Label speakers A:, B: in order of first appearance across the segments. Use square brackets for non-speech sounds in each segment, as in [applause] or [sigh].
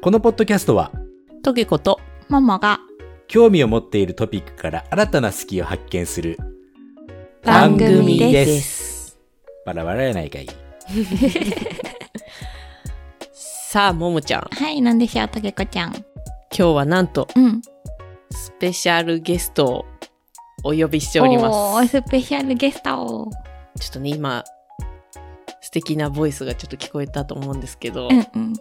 A: このポッドキャストは
B: トゲことママが
A: 興味を持っているトピックから新たな好きを発見する。
B: 番組です
A: バラバラやないかい。
B: さあももちゃん
C: はい、なんでしょう、とけこちゃん。
B: 今日はなんと
C: うん。
B: スペシャルゲストをお呼びしております
C: おースペシャルゲスト。
B: ちょっとね今素敵なボイスがちょっと聞こえたと思うんですけど、
C: うんうん。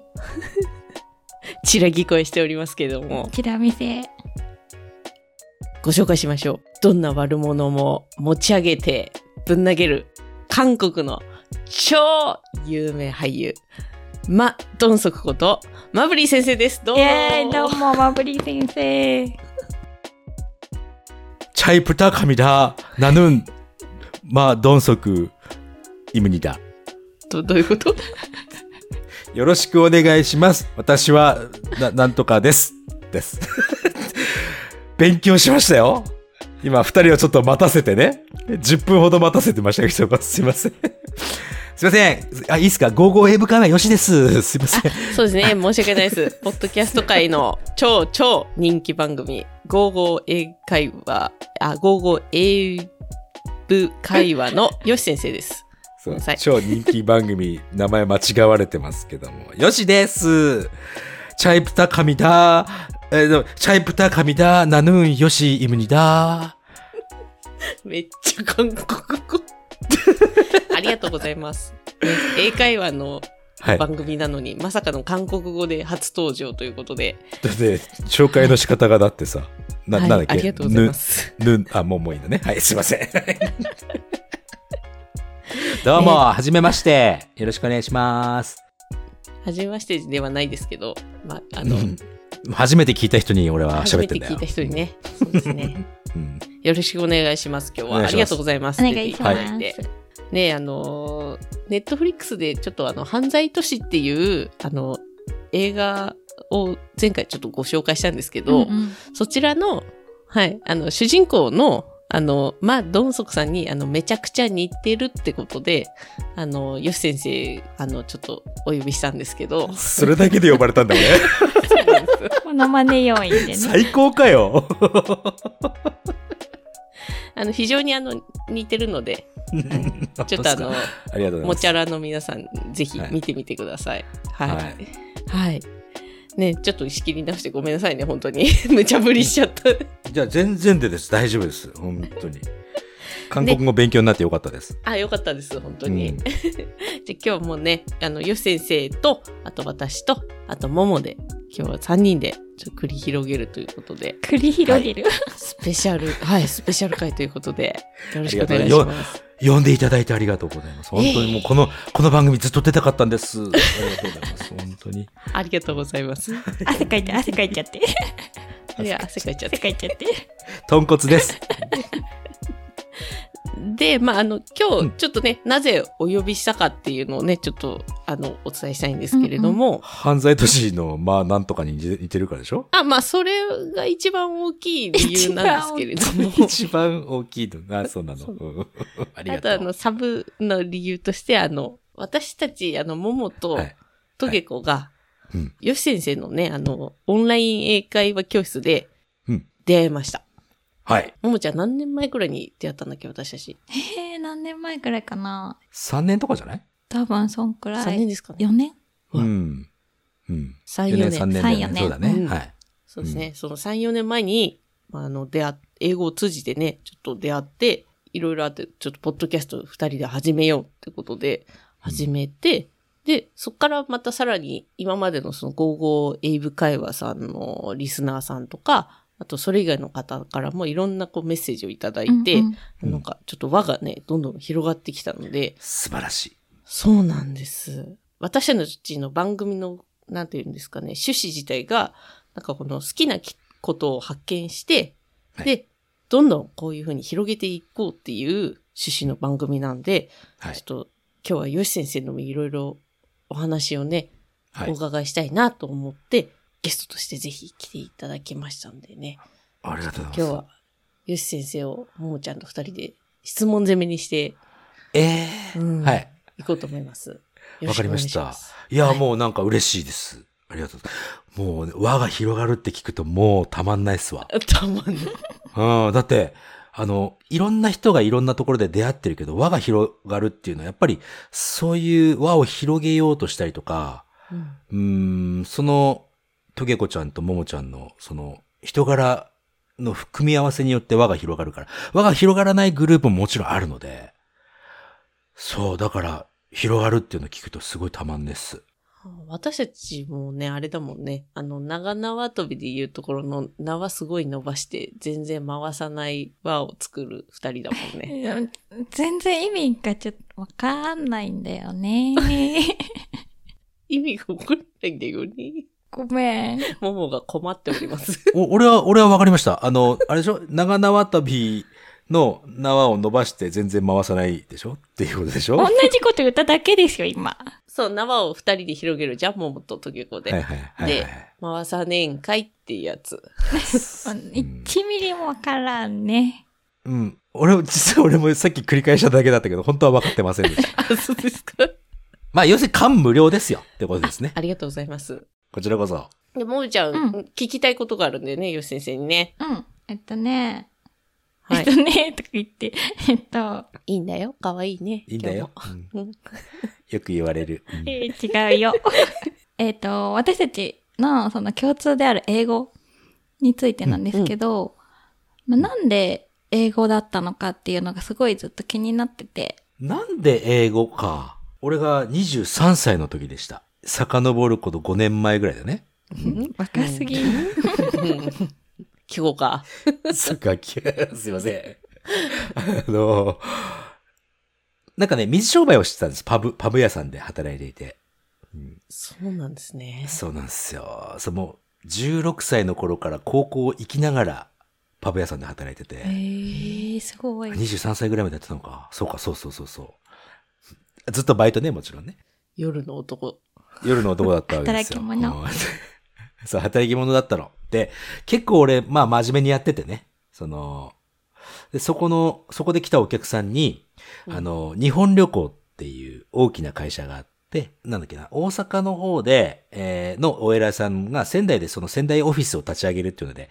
B: ちらぎ声しておりますけども
C: チラ見せ。
B: ご紹介しましょうどんな悪者も持ち上げてぶん投げる韓国の超有名俳優マ・ドンソクことマブリー先生ですどう
C: イ
B: も
C: ェーイ、どうも、マブリー先生。
A: 잘 부탁합니다. 나는 마돈석입니다.
B: どどういうこと
A: よろしくお願いします。私はななんとかです。です。 [laughs] 勉強しましたよ。今二人をちょっと待たせてね。10分ほど待たせてましたけど、すいません。すいません。あ、いいっすか ?55A 部会はよしです。すいません。
B: そうですね、申し訳ない
A: [laughs]
B: です。ポッドキャスト界の超超人気番組、55英会話、あ、55英部会話のよし先生
A: [laughs]
B: です。
A: そう
B: さい
A: 超人気番組名前間違われてますけども [laughs] よしですチャイプタカミダえーでもチャイプタカミダナヌーンヨシイムニダ
B: めっちゃ韓国語。ありがとうございます。ね英会話の
A: はい
B: 番組なのに、まさかの韓国語で初登場ということで、
A: だって紹介の仕方がだってさな,、
B: はい、
A: なんだっけ
B: ありがとうございます。
A: ぬぬあもうもういいのねはいすいません [laughs] どうも、はじめましてよろしくお願いします
B: はじめましてではないですけど、まあ、あの、
A: 初めて聞いた人に俺は
B: 初
A: 喋
B: め
A: って
B: て
A: んだよ
B: 聞いた人
A: [laughs]
B: にね、そうですね。
A: うん
B: よろしくお願いします、今日
A: お
B: は。
A: 願い
B: あ
A: します、
B: りがとうございます。
C: お願いします
B: 出てただてねえあのー、ネットフリックスでちょっとあの、犯罪都市っていう、あの、映画を前回ちょっとご紹介したんですけど、
C: うんうん
B: そちらの、はい、あの、主人公の、あの、まあ、ドンソクさんに、あの、めちゃくちゃ似てるってことで、あの、ヨシ先生、あの、ちょっとお呼びしたんですけ
A: [laughs]
B: ど
A: それだけで呼ばれたんだね
B: [laughs] そうなんです
C: モノマネ要員でね。
A: 最高かよ
B: [laughs] あの、非常にあの、似てるので、ちょっとあの、
A: ありがとうご
B: もち
A: ざい
B: ゃらの皆さん、ぜひ見てみてください。はい。
A: は
B: はいい。ね、ちょっと仕切り直してごめんなさいね、本当に。 [laughs] 無茶ぶりしちゃった。 [laughs]
A: ます。じゃあ全然でです。大丈夫です。本当に。韓国語勉強になってよかったです。
B: あ、よかったです、本当
A: う
B: に。
A: ん
B: じゃあ今日もね、あの、よし先生と、あと私と、あとももで、今日は3人で、ちょっと繰り広げるということで、
C: 繰り広げる。
B: スペシャ [laughs] ル、はい、スペシャル会ということで、よろしくお
A: あ
B: 願い
A: り
B: し
A: がとう
B: ます。
A: 呼んでいただいてありがとうございます。本当にもうこ
B: [laughs]
A: の、この番組ずっと出たかったんです。ありがとうございます。本当に。
B: ありがとうございます。
C: 汗かいて、汗かいちゃって。
B: いや、汗かいちゃった
C: 汗。かいちゃって。
A: 豚骨
B: [laughs]
A: です。
B: で、まあ、あの、
A: う
B: 今
A: ん
B: 日、ちょっとね、なぜお呼びしたかっていうのをね、ちょっと、あの、お伝えしたいんですけれども、
A: 犯罪都市の、まあ、なんとかに似て似てるからでし
B: [laughs]
A: ょ
B: あ、まあ、それが一番大きい理由なんですけれども、
A: [laughs] 一番大きいの。あ、
B: [laughs]
A: そうなの。うんあり
B: あ
A: が
B: と、
A: と
B: あ
A: う。
B: の、サブの理由として、あの、私たち、あの、ももと
A: はい、
B: とげこが
A: いうん、
B: よし先生のね、あの、オンライン英会話教室で
A: うん、
B: 出会いました。
A: はい。
B: ももちゃん何年前くらいに出会ったんだっけ、私たち。
C: えー、何年前くらいかな
A: 3年とかじゃない
C: 多分そんくら
B: 3
C: い。
B: 年ですかね。
C: 4年
B: うん
A: ん。うん。
B: 3、
A: 4
B: 4
A: 年、
B: 年
A: 3。年だ
C: 三四
A: よね。
C: 年
A: そうだ
B: う
A: ね。
B: ん
A: はい。
B: そうですね。その3、4年前に、まああの、出会っ英語を通じてね、ちょっと出会って、いろいろあって、ちょっとポッドキャスト2人で始めようってことで、始めて、で、そこからまたさらに、今までのその55エイブ会話さんのリスナーさんとか、あとそれ以外の方からもいろんなこうメッセージをいただいて、
C: うんうん
A: うん
B: なんかちょっと輪がね、どんどん広がってきたので、
A: 素晴らしい。
B: そうなんです。私たちの番組の、なんていうんですかね、趣旨自体が、なんかこの好きなきことを発見して、
A: はい
B: で、どんどんこういうふうに広げていこうっていう趣旨の番組なんで、
A: はい
B: ちょっと今日はよし先生のいろいろお話をね、
A: は
B: お
A: い。
B: 伺いしたいなと思って、ゲストとしてぜひ来ていただきましたんでね、
A: ありがとうございます。
B: 今日はよし先生をももちゃんと二人で質問攻めにして、
A: ええ
B: うん
A: はい。
B: 行こうと思います。よ
A: わ
B: ろ
A: かり
B: くお
A: ま
B: 願い
A: した
B: す
A: いや、
B: はい
A: もうなんか嬉しいです。ありがとうございます。もうね、輪が広がるって聞くともうたまんないっすわ。
B: たまんない。
A: うん、だって、あの、いろんな人がいろんなところで出会ってるけど、輪が広がるっていうのは、やっぱり、そういう輪を広げようとしたりとか、
B: うん
A: うーん、その、トゲ子ちゃんとももちゃんの、その、人柄の組み合わせによって輪が広がるから、輪が広がらないグループももちろんあるので、そう、だから、広がるっていうのを聞くとすごいたまんねっす。
B: 私たちもね、あれだもんね。あの、長縄跳びで言うところの縄すごい伸ばして、全然回さない輪を作る二人だもん [laughs] ね。
C: いや全然意味がちょっとわかんないんだ
B: [laughs]
C: よね。
B: 意味が分かんないんだよね。
C: ごめん。
B: ももが困っております。
A: お俺は、俺はわかりました。あの、あれでしょ長縄旅の縄を伸ばして全然回さないでしょっていうことでしょ
C: 同
A: はい
C: じこと言っただけですよ、今。
B: [laughs] そう、縄を二人で広げるじゃん、ももととげこで。
A: はいはい
B: で
A: はい。
B: 回さねえんかいっていうやつ。
C: 1ミリもわからんね。
A: うん。俺も、実は俺もさっき繰り返しただけだったけど、本当は分かってませんで
B: [laughs]
A: した。
B: あ、 [laughs] そうですか。
A: まあ、要するに感無量ですよってことですね。
B: ありがとうございます。
A: こちらこそ。
B: で、ももちゃん、
C: うん
B: 聞きたいことがあるんだよね、よし先生にね。
C: うん。えっとね、
B: は [laughs]
C: えっ
B: い
C: と。ね、とか言 [laughs] って、えっと、
B: いいんだよ。かわいいね。
A: いいんだよ。うん
B: 今日も。
A: よく言われる。うん
C: えー違うよ。 [laughs] えっと、私たちのその共通である英語についてなんですけど、まあ、なんで英語だったのかっていうのがすごいずっと気になってて、
A: なんで英語か。俺が23歳の時でした。遡ること5年前ぐらいだね。
B: うん
C: 若すぎ。
B: [laughs] 聞こうか。
A: そっか、き [laughs] すいません。あの、なんかね、水商売をしてたんです。パブ、パブ屋さんで働いていて。
B: そうなんですね。
A: そうなんですよ。その、16歳の頃から高校行きながら、パブ屋さんで働いて
C: え
A: て、
C: ー、すごい。
A: 23歳ぐらいまでやってたのか。そうか、そうそうそうそう。ずっとバイトね、もちろんね。
B: 夜の男。
A: 夜の男だったわけですよ。
C: 働き者
A: うん [laughs] そう、働き者だったの。で、結構俺、まあ真面目にやっててね。その、でそこの、そこで来たお客さんに、
B: うん
A: あの、日本旅行っていう大きな会社があって、なんだっけな、大阪の方で、えーのお偉いさんが仙台でその仙台オフィスを立ち上げるっていうので、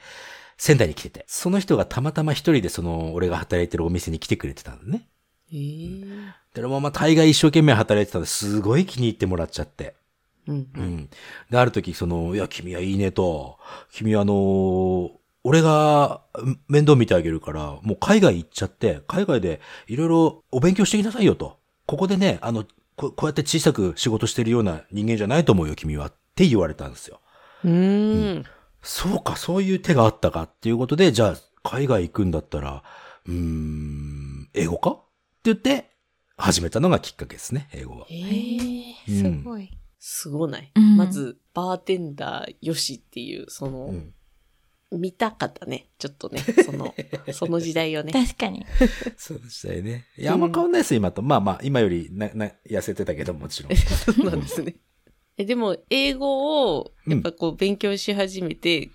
A: 仙台に来てて、その人がたまたま一人でその、俺が働いてるお店に来てくれてたのね。
B: へえ。
A: で、まま大概一生懸命働いてたのですごい気に入ってもらっちゃって。
B: うん
A: う。ん。で、ある時、その、いや、君はいいねと、君はあのー俺がうん面倒見てあげるから、もう海外行っちゃって、海外でいろいろお勉強してきなさいよと。ここでね、あの、ここうやって小さく仕事してるような人間じゃないと思うよ、君は。って言われたんですよ。
B: うーん。
A: そうか、そういう手があったかっていうことで、じゃあ、海外行くんだったら、うーん、英語かって言って、始めたのがきっかけですね、英語は。
B: へ
C: え
B: え。
C: ー、すごい。
B: すごない。
C: うん
B: まず、バーテンダーよしっていう、その、
A: うん。
B: 見たかったね。ちょっとね、そ [laughs] の、その時代を [laughs] ね。
C: 確かに。
A: そうでしたよね。いや、あんま変わんないですよ、今と。まあまあ、今よりな、な、痩せてたけど、もちろん。
B: そうなんですね。え、でも、英語を、やっぱこう、勉強し始めて、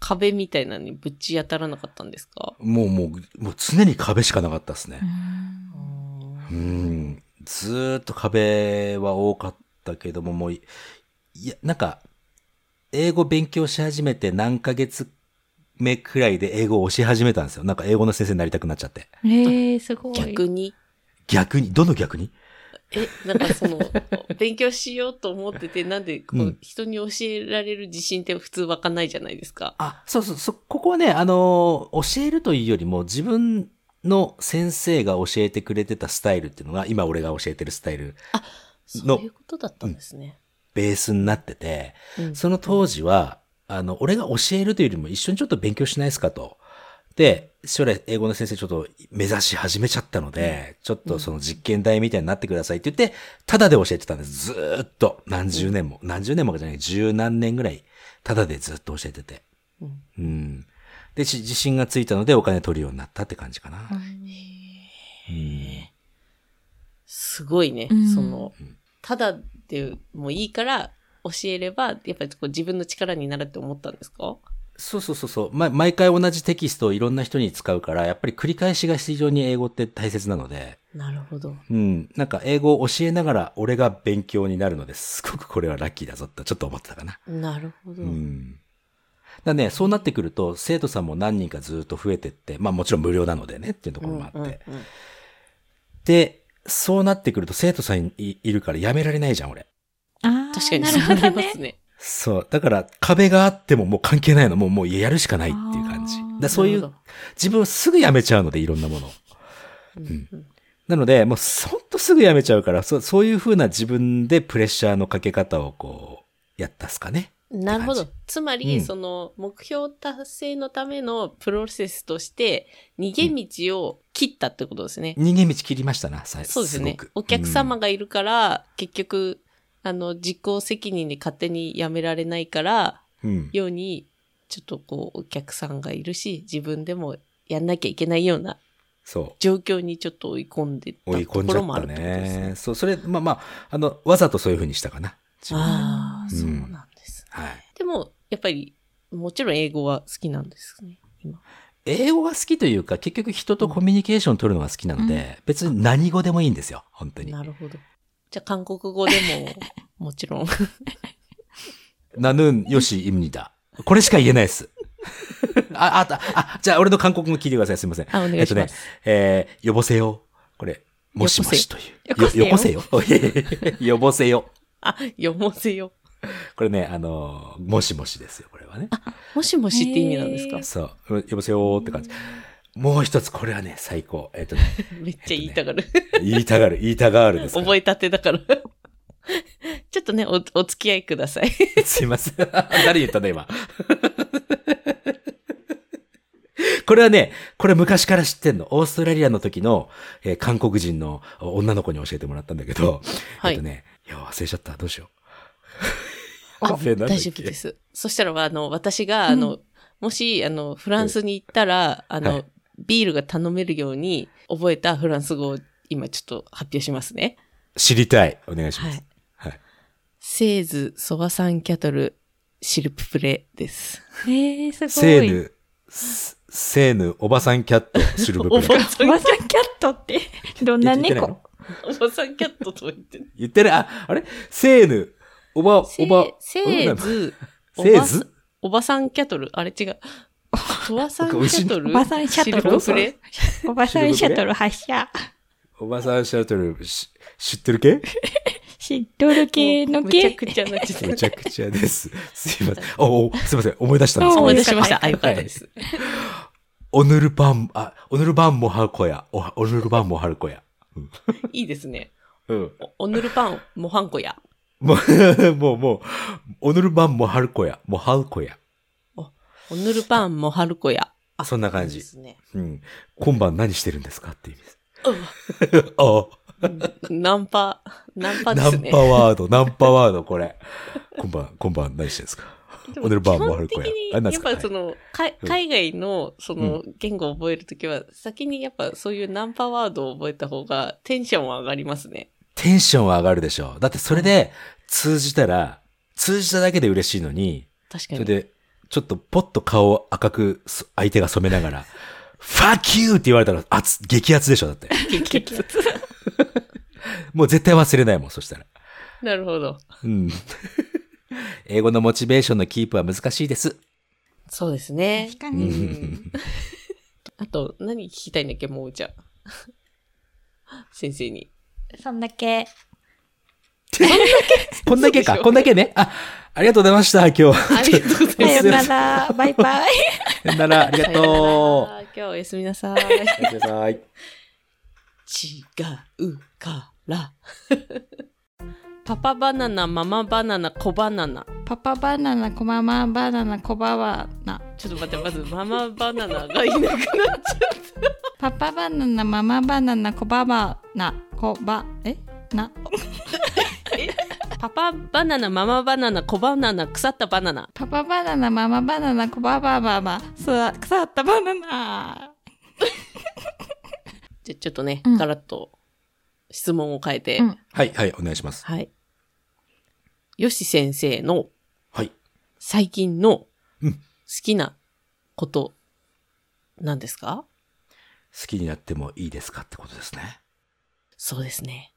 B: 壁みたいなのにぶち当たらなかったんですか
A: もう、もう、もう常に壁しかなかったです
C: う
A: ね。
C: ん
A: うん。ずーっと壁は多かったけども、もうい、いや、なんか、英語勉強し始めて何ヶ月目くらいで英語を教え始めたんですよ。なんか英語の先生になりたくなっちゃって。
C: えー、すごい。
B: 逆に
A: 逆に、どの逆に
B: え、なんかその、 [laughs] 勉強しようと思ってて、なんでこう、
A: うん
B: 人に教えられる自信って普通湧かないじゃないですか。
A: あ、そうそう、そ、ここはね、あのー、教えるというよりも、自分の先生が教えてくれてたスタイルっていうのが、今俺が教えてるスタイル、
B: そういうことだったんですね。
A: ベースになってて、
B: うん
A: その当時は、あの、俺が教えるというよりも、一緒にちょっと勉強しないですかと。で、将来英語の先生ちょっと目指し始めちゃったので、ちょっとその実験台みたいになってくださいって言って、ただで教えてたんです。ずーっと。何十年も。何十年もじゃない、十何年ぐらい、ただでずっと教えてて。
B: うん
A: うん。で、し自信がついたのでお金取るようになったって感じかな。うん
B: すごいね。
C: うん
B: その
A: うん、
B: ただでもいいから教えれば、やっぱりこう自分の力になるって思ったんですか
A: そうそうそうそう、ま、毎回同じテキストをいろんな人に使うから、やっぱり繰り返しが非常に英語って大切なので、
B: なるほど。
A: うん、なんか英語を教えながら俺が勉強になるのですごくこれはラッキーだぞってちょっと思ってたかな。
B: なるほど。
A: うん。だからね、そうなってくると、生徒さんも何人かずっと増えてって、まあもちろん無料なのでねっていうところもあって。
B: うんうんうん
A: で、そうなってくると生徒さんいいるからやめられないじゃん、俺。
C: ああ、
B: 確かに
C: な
B: そ
C: る
B: う
C: ほ
B: な
C: ど
B: りま
C: ね
B: す。ね。
A: そう。だから壁があってももう関係ないの。もう、もうやるしかないっていう感じ。
C: あ
A: だ
C: ー
A: からそうい
B: なる
A: う
B: ほ、
A: 自分すぐやめちゃうので、いろんなものを。
B: どうん
A: なので、もうほんとすぐやめちゃうから、そそういう風な自分でプレッシャーのかけ方をこう、やったっすかね。
B: うんなるほ
A: っ
B: ど
A: て。
B: つまり、
A: うん
B: その、目標達成のためのプロセスとして、逃げ道を切ったってことですね。
A: 逃げ道切りましたな、最
B: そうですね
A: ごく。
B: お客様がいるから、結局、あの、自己責任で勝手にやめられないから、
A: うんうん
B: ように、ちょっとこう、お客さんがいるし、自分でもやんなきゃいけないような
A: そう。
B: 状況にちょっと追い込んでた
A: 追い
B: と
A: 込ん
B: こ
A: じゃ
B: ろもあ
A: っ
B: る
A: た
B: ってことです
A: ね
B: ね。。
A: そう、それ、まあまあ、あの、わざとそういう風にしたかな。自分
B: ああ、
A: うん
B: そうなんです。
A: はい。
B: でも、やっぱり、もちろん英語は好きなんですね。今
A: 英語が好きというか、結局人とコミュニケーション取るのが好きなので、別に何語でもいいんですよ、本当に。
B: なるほど。じゃあ、韓国語でも、もちろ
A: [laughs]
B: ん。
A: ナヌンヨシイムニダ。これしか言えないで
B: [laughs]
A: す。あ、あった、あ、じゃあ俺の韓国語聞いてください。すいません。
B: あ、お願いします。
A: えっとね、えー、よぼせよ。これ、もしもしという。
C: よこせ [laughs]
A: よ。よこせよ。よぼせよ。
B: あ、よもせよ。
A: これね、あのー、もしもしですよ、これはね。
B: もしもしって意味なんですか、
A: そう、よぼせよーって感じ。もう一つ、これはね、最高。えっ、とね、
B: めっちゃ言いたがる。
A: 言いたがる、言いたがるですから。
B: 覚えたてだから。ちょっとね、お、お付き合いください。
A: [laughs] すいません。誰言ったんだ、今。 [laughs] これはね、これ昔から知ってんの。オーストラリアの時の、えー韓国人の女の子に教えてもらったんだけど、
B: は
A: えっ
B: い
A: と。ね、いや、忘れちゃった。どうしよう。 [laughs]
B: あ
A: 忘れなんだっけ
B: 大丈夫で。す。そしたら、あの、私が、あの、もし、あの、フランスに行ったら、あの、
A: はい
B: ビールが頼めるように覚えたフランス語を今ちょっと発表しますね。
A: 知りたい。お願いしま
B: はい
A: す。。はい。
B: セーズ、ソワサンキャトル、シルププレです。
C: えー、すごい。
A: セーヌ、すセーヌ、おばさんキャット、シルブプ
B: おば
A: レ。
B: さ
C: お
B: ん
C: ば、さんキャット
A: [laughs]
C: って、どんな
A: 言ってない
C: 猫
A: の
B: おばさんキャットと言ってる。
A: [laughs] 言ってるあ、あれセーヌ、おば、
B: せ
A: おば、
B: セ
A: う
B: ー
A: ん
B: ズ、お
A: セー
B: ば
A: ズ
B: さおばさんキャトル、あれ違 [laughs] う。ソワサンキ
A: 僕失
B: ャトル、
C: おばさんシャトル
B: シルププレ
C: おばさんシャトル発射。
A: おばさんシャトル、し知ってる系
C: しっとる系の
B: めちゃ
C: 系。
B: くちゃなっちゃった
A: めちゃくちゃです。 [laughs] すいません。お、お、すいません。思い出したんですけ
C: お
A: ど
B: 思
C: 思
B: い
C: い
B: 出
C: 出
B: し
C: し
B: ま
C: ま
B: し。
C: したた
B: あ、よかったです。
A: おぬるばん、あ、おぬるばんもはるこや。お、おぬるばんもはるこや。
B: いいですね。
A: うん。
B: おおぬるパン、もはんこや。
A: もう、 [laughs] もう、もう、おぬるばんもはるこや。もはるこや。
B: おぬるパン、もはるこや。あ
A: そんな感じ
B: いいですね。
A: うん。今晩何してるんですかって意味です。 [laughs] あ、
B: ナンパ、ナンパで
A: ナ
B: す
A: ン
B: ね
A: パ。ワード、ナンパワード、これ。今晩、今晩何してるんですか
B: で
A: おぬるばんもはる
B: 基
A: こ
B: 本
A: や
B: 的に。
A: あなんで
B: や
A: す
B: っ
A: か
B: ぱその、か海外のその言語を覚えるときは、先にやっぱそういうナンパワードを覚えた方がテンションは上がりますね。
A: テンションは上がるでしょう。だってそれで通じたら、通じただけで嬉しいのに、
B: 確か
A: それ
B: に。
A: で、ちょっとポッと顔を赤くそ相手が染めながら、fuck you って言われたら熱、激アツでしょ、だって。
B: 激ア [laughs] ツ
A: もう絶対忘れないもん、そしたら。
B: なるほど。 [laughs]
A: うん。英語のモチベーションのキープは難しいです。
B: そうですね。
C: か
A: う
C: に。
A: ん
B: あと、何聞きたいんだ [laughs] っけ、もうじゃあ先
A: [laughs]
B: 生に。
C: そんだけ。
A: こんだけ
B: そうで
A: か、
B: しょ
A: こんだけね。あ、ありがとうございました、今日。
B: ありがとうござ
C: さ
B: い
C: よ
B: ます。
A: [laughs]
C: なら。バイバイ。
A: さ [laughs] よなら、ありがと。
B: さよなら今日おやすみなさいう
A: おやすみなさい。
B: 違うから。 [laughs] パパバナナ、ママバナナ、子バナナ。
C: パパバナナ、コママバナナ、コババナ。
B: ちょっと待って、まずママバナナがいなくなっちゃっ
C: パパバナナ、ママバナナ、コババナ、コバ、えな。
B: た。パパバナナ、ママバナナ、子バナナ、腐ったバナナ。
C: パパバナナ、ママバナナ、コババババ、すわ腐ったバナナ。
B: じゃ、ちょっとね、
C: うん
B: ガラッと質問を変えて。
C: うん
A: はい、はい、お願いします。
B: はい。よし先生の
A: はい。
B: 最近の
A: うん
B: きなこと、なんですか
A: 好きになってもいいですかってことですね。
B: そうですね。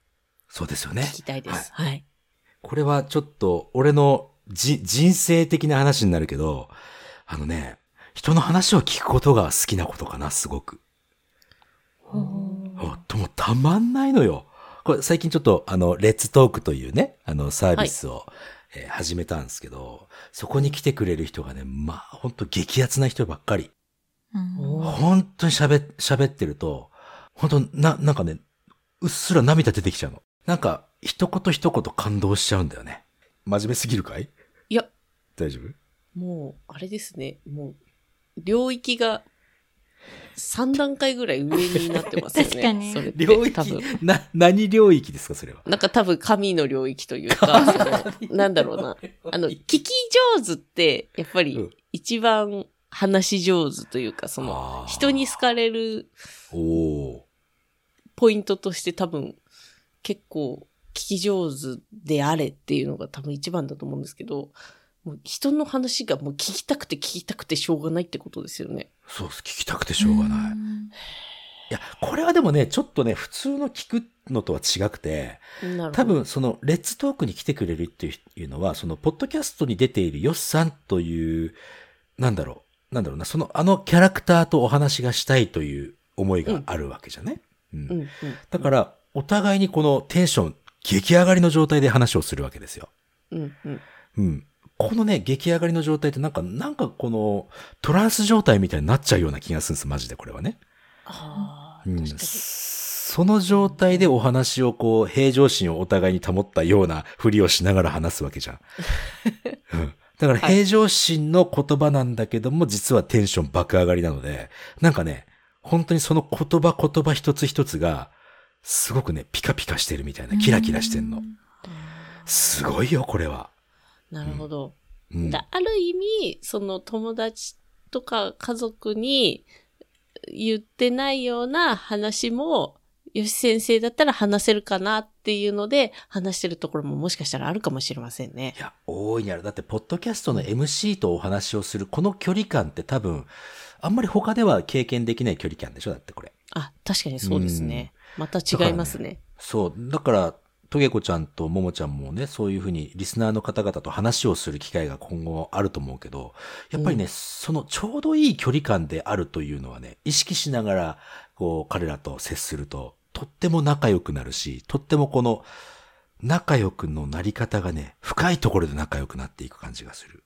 A: そうですよね。
B: 聞きたいです。はい。
A: これはちょっと、俺のじ人生的な話になるけど、あのね、人の話を聞くことが好きなことかな、すごく。あともうたまんないのよ。これ最近ちょっと、あの、レッツトークというね、あの、サービスを、えー始めたんですけど、そこに来てくれる人がね、まあ、ほんと激アツな人ばっかり。
C: うん
B: おー
A: 本当に喋っ、喋ってると、本当な、なんかね、うっすら涙出てきちゃうの。なんか、一言一言感動しちゃうんだよね。真面目すぎるかい
B: いや、
A: 大丈夫
B: もう、あれですね。もう、領域が3段階ぐらい上になってますよね。
C: [laughs] 確かに
B: それって
A: 領
B: 多分
A: 域、な、何領域ですか、それは。
B: なんか多分神の領域とい
A: [laughs]
B: うか、そのなんだろうな。あの、聞き上手って、やっぱ
A: うん
B: り一番話し上手というか、その、
A: あー
B: 人に好かれる
A: おー
B: ポイントとして多分、結構、聞き上手であれっていうのが多分一番だと思うんですけど、もう人の話がもう聞きたくて聞きたくてしょうがないってことですよね。
A: そうっす、聞きたくてしょうがない。いや、これはでもね、ちょっとね、普通の聞くのとは違くて、
B: なるほど。
A: 多分その、レッツトークに来てくれるっていうのは、その、ポッドキャストに出ているヨッさんという、なんだろう、なんだろうな、その、あのキャラクターとお話がしたいという思いがあるわけじゃね。うん
B: うんうん。
A: だから、お互いにこのテンション、激上がりの状態で話をするわけですよ。
B: うんうん。
A: うん。このね、激上がりの状態ってなんか、なんかこの、トランス状態みたいになっちゃうような気がするんです、マジでこれはね。
B: あ
A: う
B: あ、確
A: ん
B: かに。
A: その状態でお話をこう、平常心をお互いに保ったようなふりをしながら話すわけじゃ
B: [laughs]
A: ん。うんだから
B: はい
A: 平常心の言葉なんだけども、実はテンション爆上がりなので、なんかね、本当にその言葉言葉一つ一つが、すごくね、ピカピカしてるみたいな、キラキラしてんの。すごいよ、これは。
B: なるほど。
A: うん
B: だある意味、その友達とか家族に言ってないような話も、よし先生だったら話せるかなっていうので、話してるところももしかしたらあるかもしれませんね
A: い。や、大いにある。だって、ポッドキャストの MC とお話をする、この距離感って多分、あんまり他では経験できない距離感でしょだってこれ。
B: あ、確かにそうですね。また違いますね。
A: そう。だから、トゲコちゃんとももちゃんもね、そういうふうにリスナーの方々と話をする機会が今後あると思うけど、やっぱりね、そのちょうどいい距離感であるというのはね、意識しながら、こう、彼らと接すると、とっても仲良くなるし、とってもこの、仲良くのなり方がね、深いところで仲良くなっていく感じがする。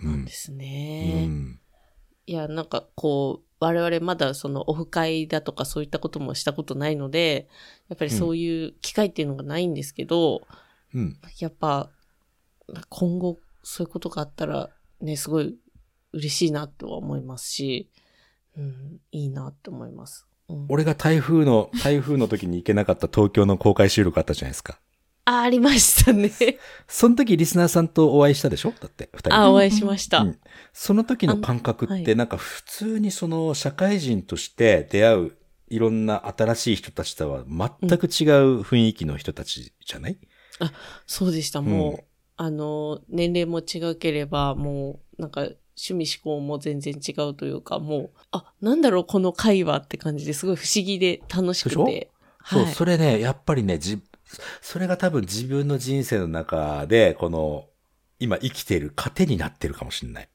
B: そうなんです
A: う
B: ね。
A: ん。
B: いや、なんかこう、我々まだそのオフ会だとかそういったこともしたことないので、やっぱりそういう機会っていうのがないんですけど、
A: うん。
B: やっぱ、今後そういうことがあったら、ね、すごい嬉しいなとは思いますし、うん、いいなって思います。うん、
A: 俺が台風の、台風の時に行けなかった東京の公開収録あったじゃないですか。
B: あ、ありましたね。
A: その時リスナーさんとお会いしたでしょだって、二人で。
B: あ、お会いしました。
A: うんその時の感覚
B: あの
A: っ
B: は
A: て、
B: い
A: なんか普通にその社会人として出会ういろんな新しい人たちとは全く違う雰囲気の人たちじゃない、
B: そうでした。もう、
A: うん
B: あの、年齢も違ければ、もう、なんか、趣味思考も全然違うというか、もう、あ、なんだろう、この会話って感じですごい不思議で楽しく
A: で
B: て。
A: そう、
B: はい
A: それね、やっぱりね、じ、それが多分自分の人生の中で、この、今生きてる糧になってるかもしれない。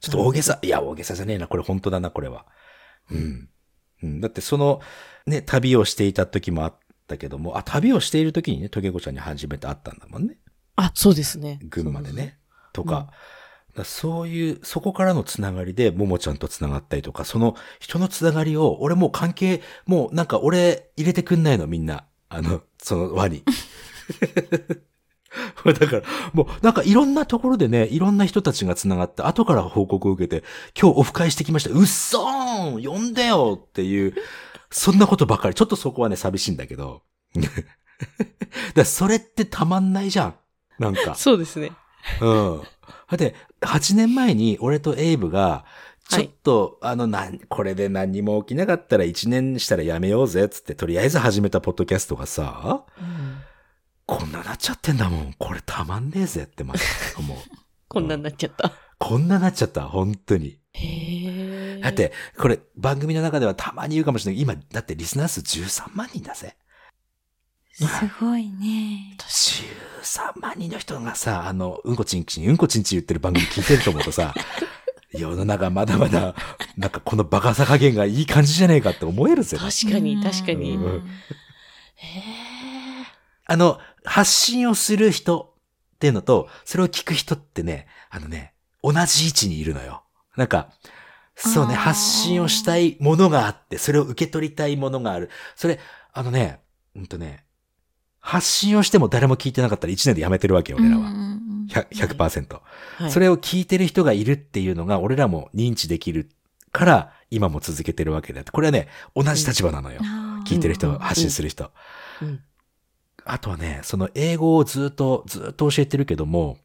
A: ちょっと大げさ、いや、大げさじゃねえな、これ本当だな、これは。うん。うん、だってその、ね、旅をしていた時もあったけども、あ、旅をしている時にね、トゲ子ちゃんに初めて会ったんだもんね。
B: あ、そうですね。
A: 群馬で
B: そうそう
A: ね。とか、だからそういう、そこからのつながりで、ももちゃんとつながったりとか、その人のつながりを、俺もう関係、もうなんか俺入れてくんないの、みんな。あの、その輪に。 [laughs] だから、もうなんかいろんなところでね、いろんな人たそういう人たちが繋がって、後から報告を受けて、今日オフ会してきました。うっそーん呼んでよっていう、そんなことばかり。ちょっとそこはね、寂しいんだけど。 [laughs] だからそれってたまんないじゃん。なんか。
B: そうですね。
A: うん。だって、8年前に俺とエイブが、ちょっと、あの、なん、これで何も起きなかったら1年したらやめようぜ、つって、とりあえず始めたポッドキャストがさ、こんななっちゃってんだもん。これたまんねえぜって、まず思う。
B: こんなんなっちゃった。
A: こんななっちゃった、本当に。
B: へえ。
A: だっ、て、これ、番組の中ではたまに言うかもしれないけど、今、だってリスナー数13万人だぜ。
C: すごいね。
A: 13万人の人がさ、あの、うんこちんちん、うんこちんちん言ってる番組聞いてると思うとさ、 [laughs] 世の中まだまだ、なんかこのバカさ加減がいい感じじゃねえかって思えるぜ。
B: 確か
C: う
B: に、
C: ん
B: 確かに。
A: うん
B: へえ。
A: あの、発信をする人っていうのと、それを聞く人ってね、あのね、同じ位置にいるのよ。なんか、そうね、
C: あー
A: 発信をしたいものがあって、それを受け取りたいものがある。それ、あのね、うんとね、発信をしても誰も聞いてなかったら1年でやめてるわけよ、俺ら
C: うん
A: は。
C: うんうん
A: 100%。100%
B: はい、
A: それを聞いてる人がいるっていうのが、俺らも認知できるから、今も続けてるわけであって、これはね、同じ立場なのよ。
C: あー
A: 聞いてる人、
B: うん
A: 発信する人。
B: うん
A: あとはね、その英語をずっと、ずっと教えてるけども、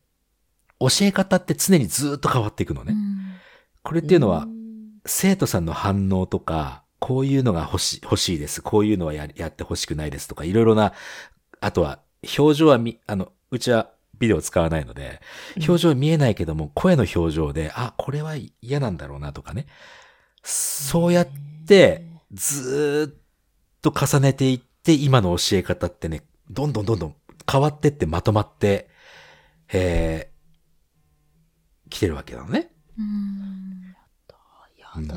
A: 教え方って常にずっと変わっていくのね。
C: うん
A: これっていうのは、
B: ん
A: 生徒さんの反応とか、こういうのが欲しい、欲しいです。こういうのはややって欲しくないですとか、いろいろな、あとは、表情はみ、あの、うちはビデオ使わないので、表情見えないけども、声の表情で、あ、これは嫌なんだろうなとかね。そうやって、ずーっと重ねていって、今の教え方ってね、どんどんどんどん変わってってまとまって、えー、来てるわけだね。
C: う
A: う
C: ん
A: ん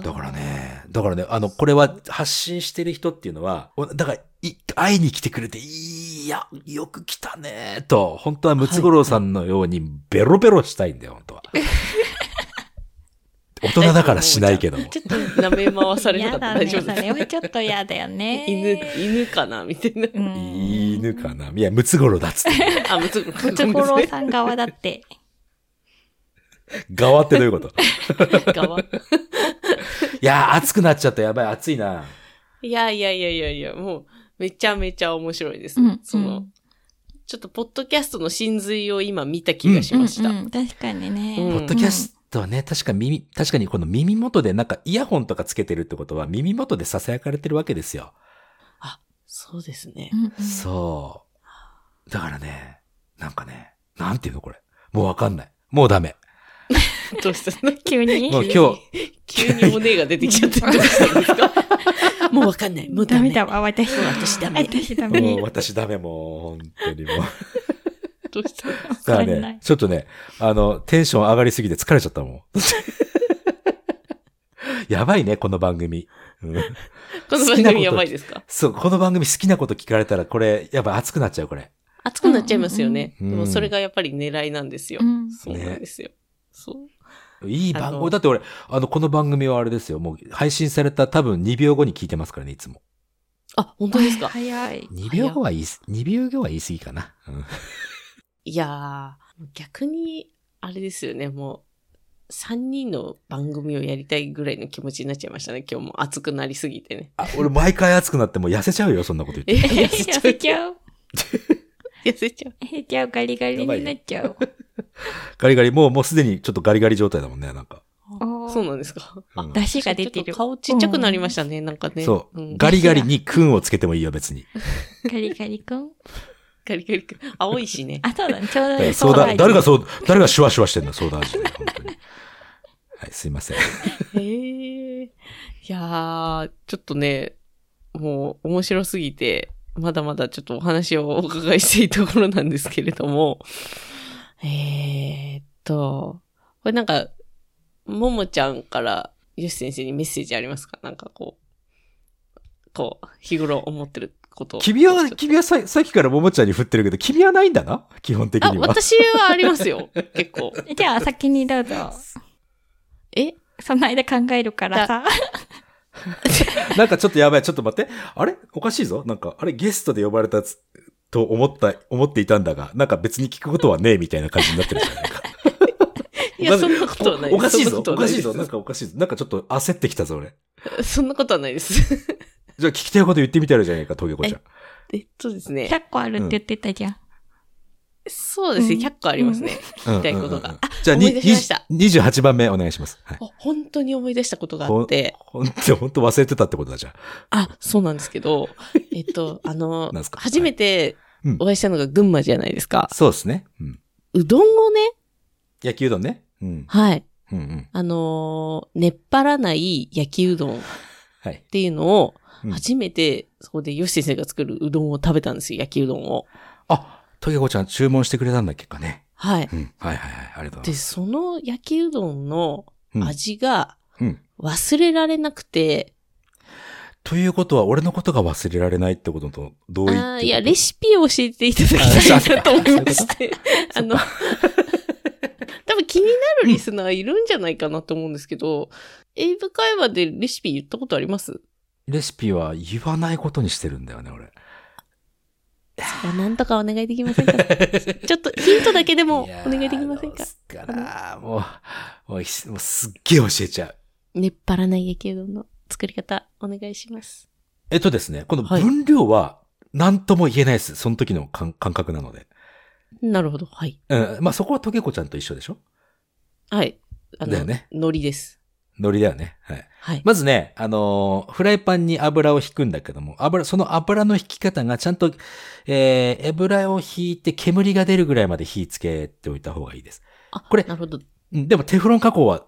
A: だからね、だからね、あの、これは発信してる人っていうのは、おだから、い会いに来てくれて、いや、よく来たね、と、本当はムツゴロウさんのようにベロベロしたいんだよ、本当は。大人だからしないけども。
B: ちょっと舐め回されなか
C: や
B: った
C: だ
B: ら
C: ね。
B: 大丈
C: そ
B: 夫
C: れはちょっと嫌だよ
B: [laughs]
C: ね。
B: 犬、犬かなみたいな。
C: うん。
A: 犬かないや、ムツゴロウだっつって。
B: あ、む
C: [laughs]
B: つごろ
C: ムツゴロウさん側だって。
A: 側ってどういうこと
B: 側。
A: いやー、暑くなっちゃった。やばい、暑いな。
B: いやいやいやいやいや、もう、めちゃめちゃ面白いです。
C: うん
B: その、
C: うん
B: ちょっと、ポッドキャストの真髄を今見た気がしました。
C: うんうん確かにね。
B: う
A: ポ
B: ん
A: ッドキャストはね、確か耳、確かにこの耳元でなんかイヤホンとかつけてるってことは耳元で囁かれてるわけですよ。
B: そうですね
C: う。んうん
A: そう。だからね、なんかね、なんていうのこれ。もうわかんない。もうダメ。
B: どうしたの
C: 急に
A: もう今日、
B: 急におねが出てきちゃってどうしたんですか [laughs] もうわかんない。もうダ
C: ダメ
B: メ
C: だ
B: だ。
C: わ、私は。
B: 私ダメ
C: 私ダ
A: もう
C: メ。
A: 私ダメもう、本当にもう。
B: どうしたの
A: だから
C: わかんない
A: ね、ちょっとね、あの、テンション上がりすぎて疲れちゃったもん。 [laughs] やばいね、この番組。うん
B: この番組やばいですか
A: そう、この番組好きなこと聞かれたら、これ、やっぱ熱くなっちゃう、これ。
B: 熱くなっちゃいますよね。
A: うん
B: でもそれがやっぱり狙いなんですよ。
C: うん
B: そうなんですよ。そう。
A: いい番
B: あの
A: 組。だって俺、あの、この番組はあれですよ。もう、配信された多分2秒後に聞いてますからね、いつも。
B: あ、本当ですか
C: 早い。
A: 2秒後は言いす、2秒後は言い過ぎかな。うん
B: いやー、逆に、あれですよね、もう、3人の番組をやりたいぐらいの気持ちになっちゃいましたね、今日も熱くなりすぎて [laughs] ね。
A: あ、俺、毎回熱くなってもう痩せちゃうよ、そんなこと言って。
B: え、
C: [laughs]
B: 痩せ [laughs] ちゃ
C: 痩せち
B: う。
C: ゃう。
B: 痩せちゃう。
C: 痩せちゃう。ガリガリになっちゃう。
A: ガリガリ、もう、もうすでにちょっとガリガリ状態だもんね、なんか。
C: おー
B: そうなんですか。
A: う
B: あ
A: ん
C: 出汁が出て
B: ちょっ
C: る。
B: と顔ちっちゃくなりましたね、なんかね。
A: そう、
B: ん
A: ガリガリにクンをつけてもいいよ、別に。
C: ガリガリくん。
B: ガリガリ君。青いしね。
C: あ、そうだね。ちょう
A: だ
C: ど
A: か
C: い
A: ら
C: い。
A: ソーダ、誰が
C: そ
A: そう、誰がシュワシュワしてんの、ソーダ味で。本当にはい、すいません。
B: [laughs] へえ。いやー、ちょっとね、もう面白すぎて、まだまだちょっとお話をお伺いしていいところなんですけれども、えーっと、これなんか、ももちゃんから、よし先生にメッセージありますかなんかこう、こう、日頃思ってること。
A: 君は、
B: ちょっと
A: 君はささっきからももちゃんに振ってるけど、君はないんだな基本的
B: あ、
A: には。
B: 私はありますよ。結構。
C: じゃあ、先にどうぞ。
B: え
C: [laughs] その間考えるから [laughs] さ。
A: なんかちょっとやばい。ちょっと待って。あれおかしいぞ。なんか、あれゲストで呼ばれたつと思った、思っていたんだが、なんか別に聞くことはねえみたいな感じになってるじゃないか。
B: いや、そんなことはない
A: おかしい
B: そん
A: ぞ
B: な。こと
A: お
B: は
A: か
B: なで
A: し
B: す
A: いぞ。なんかおかしいぞ。なんかちょっと焦ってきたぞ、俺。
B: そんなことはないです。
A: じゃあ聞きたいこと言ってみたらじゃないか、トゲ子ちゃん。
B: えっとですね。
C: 100個あるって言ってたじゃん。
B: そうですね、
C: うん
B: 100個ありますね。
A: うん
B: [laughs] 聞きたいことが
A: うんうんうんじゃあ、に
B: 思い出しました
A: に28番目お願いします。はい。
B: あ本当に思い出したことがあって、
A: ほんと、ほんと忘れてたってことだじゃん。
B: あ、そうなんです
A: [laughs]
B: けど、えっと、あの
A: なんす、か
B: 初めて
A: はいうん
B: お会いしたのが群馬じゃないですか。
A: そうですね。うん。
B: うどんをね、
A: 焼きうどんね。うん。
B: はい、
A: うんうん。
B: あのー、熱っ張らない焼きうどんっ
A: はい。
B: ていうのを、
A: うん
B: 初めてそこでヨシ先生が作るうどんを食べたんですよ、焼きうどんを。
A: あ、トゲ子ちゃん注文してくれたんだっけかね。
B: はい。
A: うん。はいはいはい。ありがとうござい
B: で、その焼きうどんの
A: ます。
B: 味が
A: うん。うん。
B: 忘れられなくて、
A: ということは、俺のことが忘れられないってことと同意って
B: あーいや、レ
A: シ
B: シピを教えていただきたいなと思い [laughs] まして、あ [laughs] の、多分気になるリスナーいるんじゃないかなと思うんですけど、英語会話でレシピ言ったことあります
A: レシピは言わないことにしてるんだよね、
B: [laughs]
A: 俺。
B: いやなんとかお願いできませんかちょっとヒントだけでもお
A: やー
B: 願いできませんか
A: どうすっかなもう、もうひ、もうすっげえ教えちゃう。
B: 熱っ張らない焼きうどんの作り方、お願いします。
A: えっとですね、この
B: はい
A: 分量は何とも言えないです。その時の感感覚なので。
B: なるほど。はい。
A: うん。まあ、そこはトゲ子ちゃんと一緒でしょ
B: はい。あの、
A: だよね
B: 海苔です。
A: 海苔だよね。はい。
B: はい。
A: まずね、あのーフライパンに油を引くんだけども、油、その油の引き方がちゃんと、えー、油を引いて煙が出るぐらいまで火つけておいた方がいいです。
B: あ
A: これ
B: なるほど。
A: うんでもテフロン加工は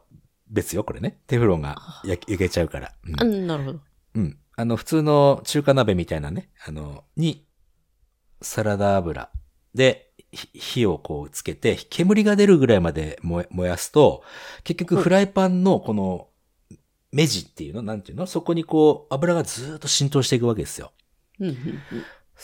A: 別よ、これね。テフロンが焼け焼けちゃうから。うん
B: あなるほど。
A: うん。あの、普通の中華鍋みたいなね、あの、に、サラダ油で、ひ火をこうつけて、煙が出るぐらいまで燃え燃やすと、結局
B: はい
A: フライパンのこの、目地っていうのなんていうのそこにこう、油がずーっと浸透していくわけですよ。
B: うんうんうん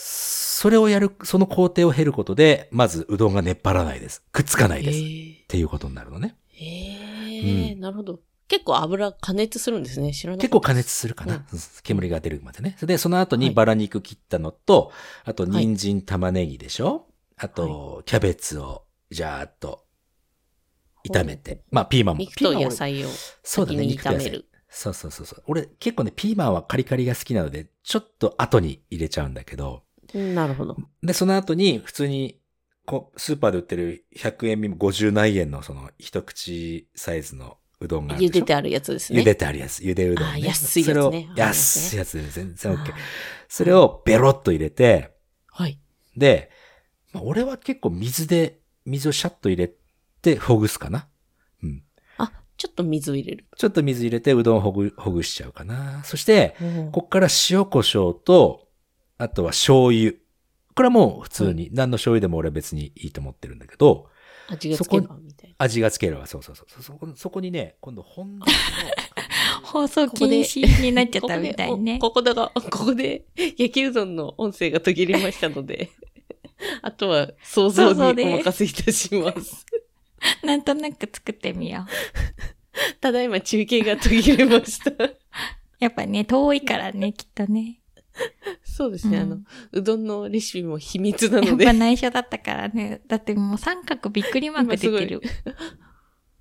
A: それをやる、その工程を経ることで、まずうどんが熱っ張らないです。くっつかないです。
B: え
A: っ
B: ー
A: ていうことになるのね。
B: ええなるほど。結構油加熱するんですね。知らなかっ
A: 結
B: た
A: 構加熱するかな。うん煙が出るまでね。で、その後
B: は
A: に
B: い
A: バラ肉切ったのと、あと
B: はい
A: 人参、玉ねぎでしょあと、キャベツを、じゃーっと、炒めて。まあ、ピーマンも。
B: 肉と
A: ピーマン
B: 野
A: 俺
B: 菜を
A: そうだ
B: 先
A: ね、
B: に
A: 肉と
B: 炒
A: 野
B: め
A: 菜
B: る。。
A: そうそうそうそう。俺、結構ね、ピーマンはカリカリが好きなので、ちょっと後に入れちゃうんだけど。
B: なるほど。
A: で、その後に、普通に、こうスーパーで売ってる100円、50何円のその一口サイズのうどんがあるで
B: 茹
A: しょ
B: でてあるやつですね。
A: 茹でてあるやつ。茹でうどん、
B: あ
A: ね。
B: ー安いやつね
A: それを
B: ありま
A: 安
B: すね
A: いやつで全然 OK
B: あ。
A: それをベロッと入れて、
B: はい。
A: で、まあ、俺は結構水で、水をシャッと入れて、ほぐすかな。うん。
B: あ、ちょっと水を入れる。
A: ちょっと水入れて、うどんほぐ、ほぐしちゃうかな。そして、こ
B: こ
A: っから塩胡椒と、あとは醤油。これはもう普通に、何の醤油でも俺は別にいいと思ってるんだけど、
B: 味がつけばみたいな。
A: 味がつければ、そうそうそう。そこ、そこにね、今度本田の
B: [laughs]
C: 放送禁止になっちゃったみたいね。
B: ここでおここだが、ここで、焼きうどんの音声が途切れましたので、 [laughs] あとは想像にお任せいたします。 [laughs]
C: なんとなく作ってみよう。
B: ただいま中継が途切れました。
C: やっぱね、遠いからね、きっとね。
B: そうですね、
C: うん
B: あの、うどんのレシピも秘密な
C: や
B: の
C: っ
B: で
C: ぱ、内緒だったからね。だってもう三角びっくりマーク出てる。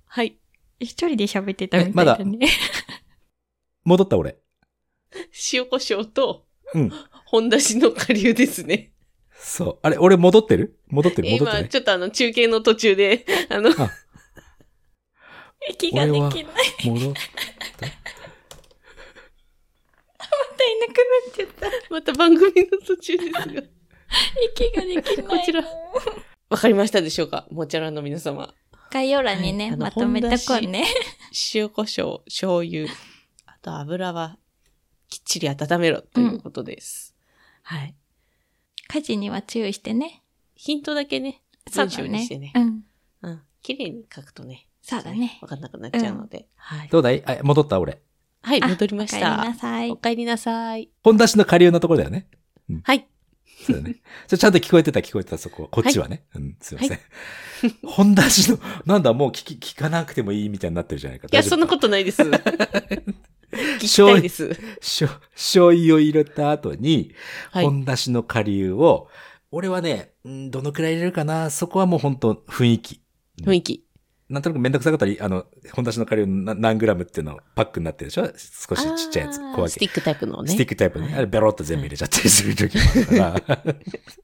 B: はい。
C: 一人で喋ってたみたいだね。
A: 戻った俺。
B: 塩胡椒と、
A: うん。
B: 本出しの下流ですね。
A: そう。あれ、俺戻ってる戻ってる戻ってな
B: 今、
A: い
B: ちょっとあの、中継の途中で、 [laughs] あの、
C: 息ができない。ま
A: 戻った
C: いなくなっちゃった。
B: また番組の途中ですが。
C: 息がで [laughs] きない。
B: こちらわかりましたでしょうかもちゃらんの皆様。
C: 概要欄にね、
B: はいあの
C: まとめとこうね。
B: 塩胡椒、醤油、あと油は、きっちり温めろ、ということです。はい。
C: 火事には注意してね。
B: ヒントだけね、文章にしてね。
C: うん。
B: うん。綺麗に書くとね。
C: そうだね
B: わかんなくなっちゃうので。はい。
A: どうだいあ戻った俺。
B: はい、
C: あ
B: 戻りまし
C: おかえり
B: た
C: な。さい
B: お。帰りなさい。
A: 本出しの下流のところだよね。
B: [laughs] はい。
A: そうだね。それちゃんと聞こえてた聞こえてたそこ。こっちはね。うん、すいません。 [laughs] 本出しの、なんだ、もう聞き、聞かなくてもいいみたいになってるじゃないか。
B: いや、
A: 大丈夫
B: そんなことないです。聞きたいです。
A: しょ醤油を入れた後に、
B: はい
A: 本出しの下流を、俺はね、うんどのくらい入れるかなそこはもう本当雰囲気。
B: 雰囲気。
A: なんとなくめんどくさかったり、あの、本出しの下流の何何グラムっていうのをパックになってるでしょ少しちっちゃいやつ。
B: あー
A: 小分
B: ス
A: け
B: テ。ィックタイプのね。
A: スティックタイプね。
B: はい
A: あれ、ベロッと全部入れちゃったりする時もあるから。 [laughs]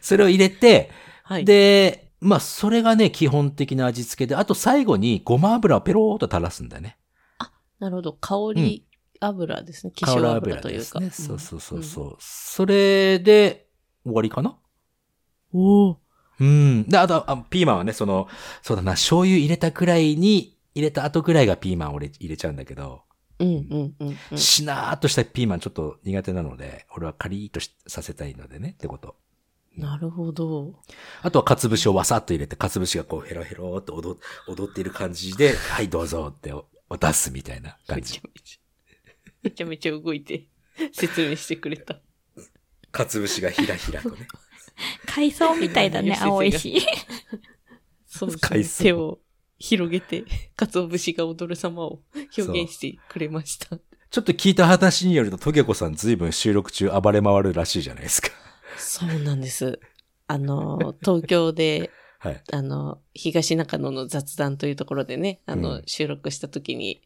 A: それを入れて、
B: はい。
A: で、まあ、それがね、基本的な味付けで、あと最後にごま油をペローっと垂らすんだよね。
B: なるほど。香り油ですね。化
A: 香
B: 粧
A: り
B: 油というか。
A: ですね。そうそうそうそう。それで、終わりかな
B: うん。おお。
A: うん。で、あと、あピーマンはね、その、そうだな、醤油入れたくらいに入れた後ぐらいがピーマン俺入れちゃうんだけど、
B: うんうんうんうん。
A: しなーっとしたピーマンちょっと苦手なので、俺はカリーっとしさせたいのでねってこと。
B: なるほど。
A: あとは、かつぶしをわさっと入れて、かつぶしがこう、ヘロヘローって踊踊っている感じで、はい、どうぞってお出すみたいな感
B: めち
A: じ
B: ゃ。めちゃ。めちゃめちゃ動いて説明してくれた。
A: かつぶしがひらひらとね。
C: 海藻みたい
B: [laughs]
C: だね、青いし。
B: そうです
A: 海
B: ね。
A: 藻
B: 手を広げて、鰹節が踊る様を表現してくれました。
A: [laughs] ちょっと聞いた話によると、トゲコさん随分収録中暴れ回るらしいじゃないですか。
B: そうなんです。あの、東京で、
A: はい。
B: あの、東中野の雑談というところでね、あ
A: う
B: の、
A: ん
B: 収録した時に、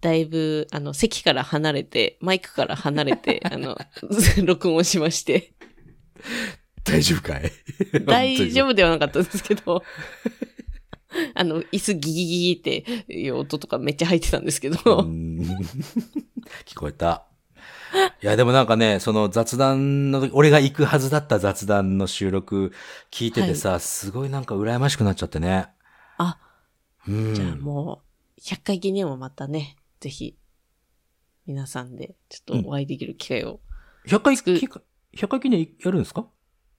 B: だいぶ、あの、席から離れて、マイクから離
A: [laughs]
B: れて、あの、 [laughs] 録音をしまして、
A: 大丈夫かい
B: [laughs] 大丈
A: 夫。
B: 夫ではなかったですけど、 [laughs] あの、椅子ギギギギっていう音とかめっちゃ入ってたんですけど、
A: うーん聞こえた。いや、でもなんかね、その雑談の時、俺が行くはずだった雑談の収録聞いててさ、すごいなんか羨ましくなっちゃってね。
B: あ、
A: うん。
B: じゃあもう、100回記念をまたね、ぜひ、皆さんで、ちょっとお会いできる機会を、
A: 100回、
B: つく
A: 100回記念やるんですか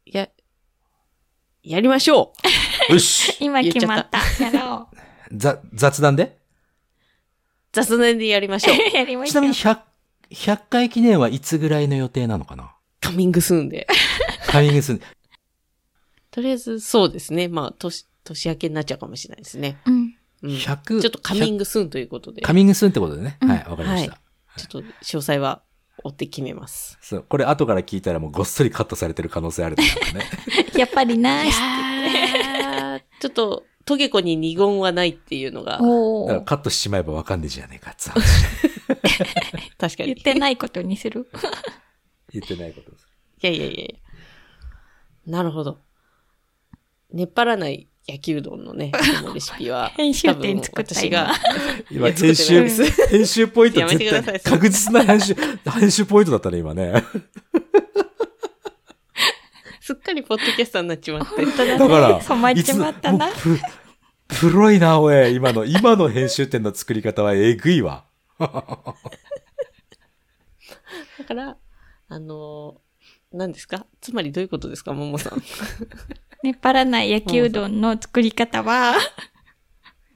B: や、やりましょう [laughs]
A: よし
C: 今
B: 言っちゃっ
C: 決
B: た
C: まった。やろ
A: [laughs] ざ雑談で
B: 雑談でやりましょう
C: う。やりま
A: ち
C: し
A: な
C: ょ
A: み
C: う
A: に。100、100回記念はいつぐらいの予定なのかな
B: カミングスーンで。
A: タイミングする。
B: とりあえず、そうですね。まあ、年、年明けになっちゃうかもしれないですね。
C: うん。
B: [laughs] うん、ちょ
A: 100、
B: っとカミングスーンということで、ち
A: カ
B: ょ
A: ミングスーンってことでね。
C: うん
A: はい、わかりました。
B: はっと詳細は追って決めます。
A: そう、これ後から聞いたらもうごっそりカットされてる可能性あるんだから
B: [laughs]
A: ね。
C: やっぱりないい。
B: やーちょっと、トゲコに二言はないっていうのが、
A: だ
C: お
A: から
C: ー。
A: カットしちまえばわかんねえじゃねえかって
B: [laughs] 確かに。
C: 言ってないことにする。 [laughs]
A: 言ってないことです。
B: いやいやいやいやなるほど。熱っらない焼きうどんの
C: [laughs]
B: ね、このレシピは。
C: 編集点作った
B: 多分私が
C: [laughs]
A: 今、
C: 今。
B: いや作
A: 編
B: ってない
A: 集
B: で、
A: 編集ポイント
B: [laughs] やめてくだ
A: 絶
B: さい
A: 対、確実な編集、編集ポイントだったね、今ね。
B: すっかりポッドキャスターになっちまって。
C: [laughs] 本当だ
A: だから、。
C: ね。染まっちまったない
A: つもうプ、プロいな、おい。今の、今の編集点の作り方はえぐいわ。
B: だから、あのー、何ですかつまりどういうことですか、ももさん。
C: ねっぱらない焼きうどんの作り
B: [laughs]
C: 方は、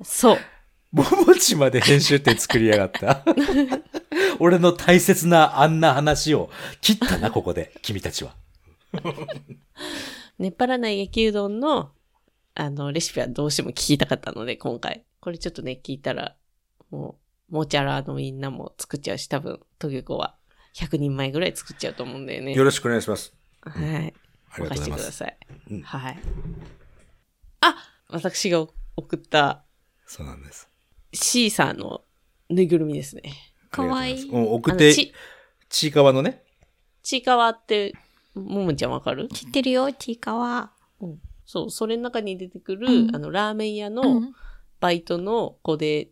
B: そう。
A: ももちまで編集点作りやがった。俺の大切なあんな話を切ったな、ここで。君たちは。
B: 熱っらない焼きうどんの、あの、レシピはどうしても聞きたかったので、今回。これちょっとね、聞いたら、もう、もーちゃらのみんなも作っちゃうし、多分、トゲコは100人前ぐらい作っちゃうと思うんだよね。
A: ろしくお願いします。
B: はい。
A: ありがとうご
B: 任せ
A: ざ
B: て
A: い
B: く
A: ま
B: だ
A: す。
B: さい。
A: うん
B: はい。あ私が送った
A: そうなんです。
B: シーサーのぬいぐるみですね。
C: かわいい
A: ありがとうござますうん送っ
B: あの
A: て
B: ち、、
A: ちいかわのね。
B: ちいかわって、ももちゃんわかる
C: 知ってるよ、ちいかわ。
B: そう、それの中に出てくる、
C: うん
B: あの、ラーメン屋
C: う
B: の
C: ん
B: バイトの子で、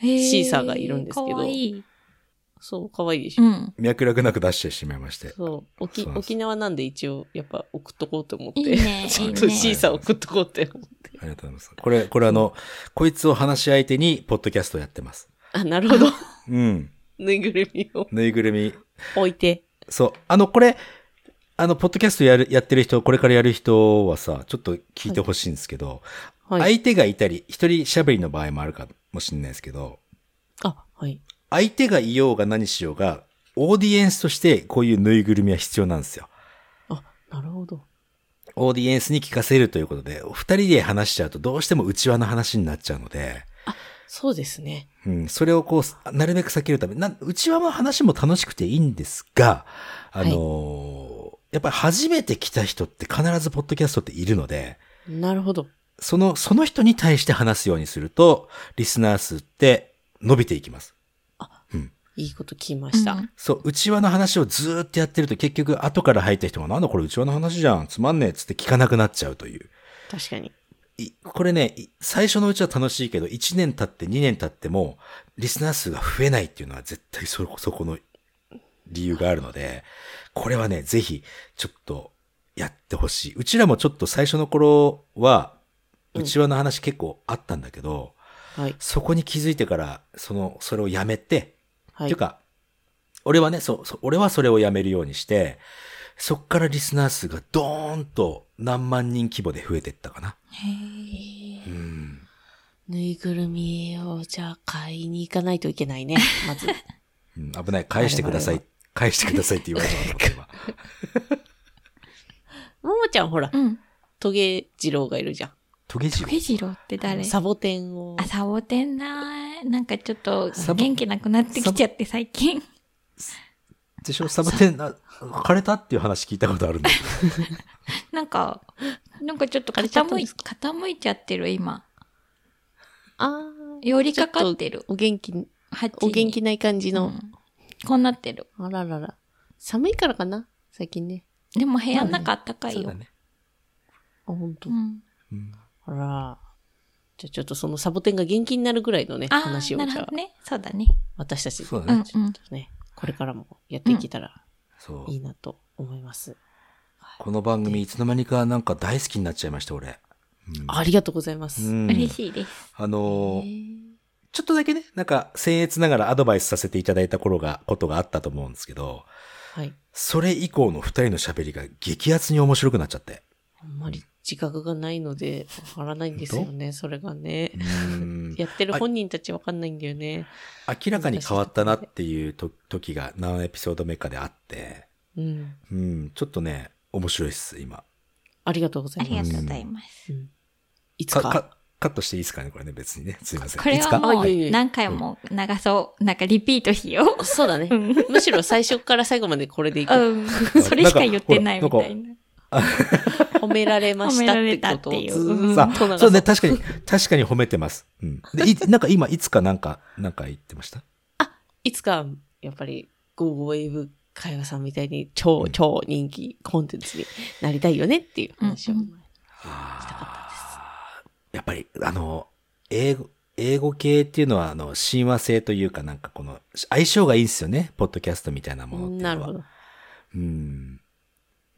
B: シ
C: シ
B: ーサーがいるんですけど
C: かわいい。
B: そう、かわいいでし
C: う
B: ょ。
C: ん。
A: 脈絡なく出してしまいまして。
B: そう、沖
A: そうなんです
B: 沖縄なんで一応、やっぱ送っとこうと思って。
C: いいね、
B: ち
C: い
B: ょ
C: い
B: っ
C: ね
B: と。シーサー送っとこうって思って。
A: ありがとうございます。これ、これあの、こいつを話し相手に、ポッドキャストやってます。
B: あ、なる
A: [laughs]
B: ほど。
A: うん。
B: ぬいぐるみを
A: ぬいぐるみ。
B: 置いて。
A: そう。あの、これ、あの、ポッドキャストやる、やってる人、これからやる人はさ、ちょっと聞いてほしいんですけど、
B: はい。
A: 相手がいたり、一人喋りの場合もあるかもしれないですけど、
B: あ、はい。
A: 相手がいようが何しようが、オーディエンスとしてこういうぬいぐるみは必要なんですよ。
B: あ、なるほど。
A: オーディエンスに聞かせるということで、お二人で話しちゃうとどうしても内輪の話になっちゃうので、
B: そうですね。
A: うん、それをこう、なるべく避けるため、な、内輪の話も楽しくていいんですが、あのーやっぱり初めて来た人って必ずポッドキャストっているので、
B: なるほど。
A: その、その人に対して話すようにすると、リスナー数って伸びていきます。
B: いいこと聞きました。
C: うん
A: そう、内輪の話をずーっとやってると結局後から入った人がなんだこれ内輪の話じゃん、つまんねえっつって聞かなくなっちゃうという。
B: 確かに。
A: いこれね、い最初のうちは楽しいけど、1年経って2年経っても、リスナー数が増えないっていうのは絶対そこそこの理由があるので、これはね、ぜひ、ちょっと、やってほしい。うちらもちょっと最初の頃は、
B: うん
A: うちわの話結構あったんだけど、
B: はい。
A: そこに気づいてから、その、それをやめて、
B: は
A: っていうか、俺はね、そう、そう俺はそれをやめるようにして、そっからリスナー数がドーンと何万人規模で増えてったかな。
C: へえ。
A: うん。
B: ぬいぐるみをじゃあ買いに行かないといけ
C: [laughs]
B: ないね。まず。
A: うん危ない。返してください。返してくださいって言われたの [laughs] 今。
B: ももちゃんほら、
C: うん。
B: トゲ次郎がいるじゃん。
A: トゲジ
C: トゲジロウって誰
B: サボテンを
C: あ、。サボテンだー。なんかちょっと
A: サボ
C: 元気なくなってきちゃって最近。
A: でしょサボテン、あ枯れたっていう話聞いたことあ [laughs] るんだけど。
C: なんか、なんかちょっと
B: あれちゃったん
C: 傾い、
B: です
C: 傾いちゃってる今。
B: ああ。
C: 寄りかかってる。
B: お元気、
C: 鉢に
B: お元気ない感じ
C: う
B: の。
C: んこうなってる。
B: あららら。寒いからかな最近ね。
C: でも部屋の中あったかい
A: そう
C: よ
A: だ。ね。
B: あ、ほんと
C: う。ん。
A: うん
B: あら。じゃあちょっとそのサボテンが元気になるぐらいのね、
C: あ
B: 話
C: ー
B: を
C: なる
B: じ
C: ほ
B: ゃあ
C: ど、ね。そうだね。
B: 私たち、ち
A: そ
B: ょっ
A: う
C: う
A: だ
C: ん
A: ね。
C: うん。
B: とね、これからもやっていけたら
A: そう
B: い。いなと思います。
A: この番組いつの間にかなんか大好きになっちゃいました、俺。うん
B: ありがとうございます。
A: うん
C: 嬉しいです。
A: あのー
B: へー
A: ちょっとだけね、なんか、僭越ながらアドバイスさせていただいた頃が、ことがあったと思うんですけど、
B: はい。
A: それ以降の二人の喋りが激アツに面白くなっちゃって。
B: あんまり自覚がないので、わからないんですよね、それがね。
A: うん
B: やってる本人たちわかんないんだよね。
A: 明らかに変わったなっていうと時が何エピソード目かであって、
B: うん。
A: うん、ちょっとね、面白いっす、今。
B: ありがとうござ
C: あ
B: い
C: り
B: ま
C: が
B: す。
C: とうございます。
B: うんいつ
A: か
B: か。
A: かカットしていいですかね、これね、別にね。すいません。
C: これ
A: いつ
C: は
A: か
C: も
B: あいえいえ
C: う何回も流そう。なんかリピートしよ。
B: そうだね。 [laughs] むしろ最初から最後までこれでいうく。
C: うん。それしか言ってないみたいな。
B: 褒められましたってことをずー
A: さ
B: っと
A: あ、
B: 長
A: そうね、
B: さ
A: 確かに、確かに褒めてます。うん。で、い [laughs] なんか今、いつかなんか、なんか言ってました
B: いつか、やっぱり、ゴーゴーエイブ会話さんみたいに超、超人気コンテンツになりたいよねっていう話を。
C: うんう
B: したか
A: やっぱり、あの、英語、英語系っていうのは、あの、親和性というか、なんかこの、相性がいいんですよね。ポッドキャストみたいなものっていうの
B: な
A: は。
B: るほど。
A: うん。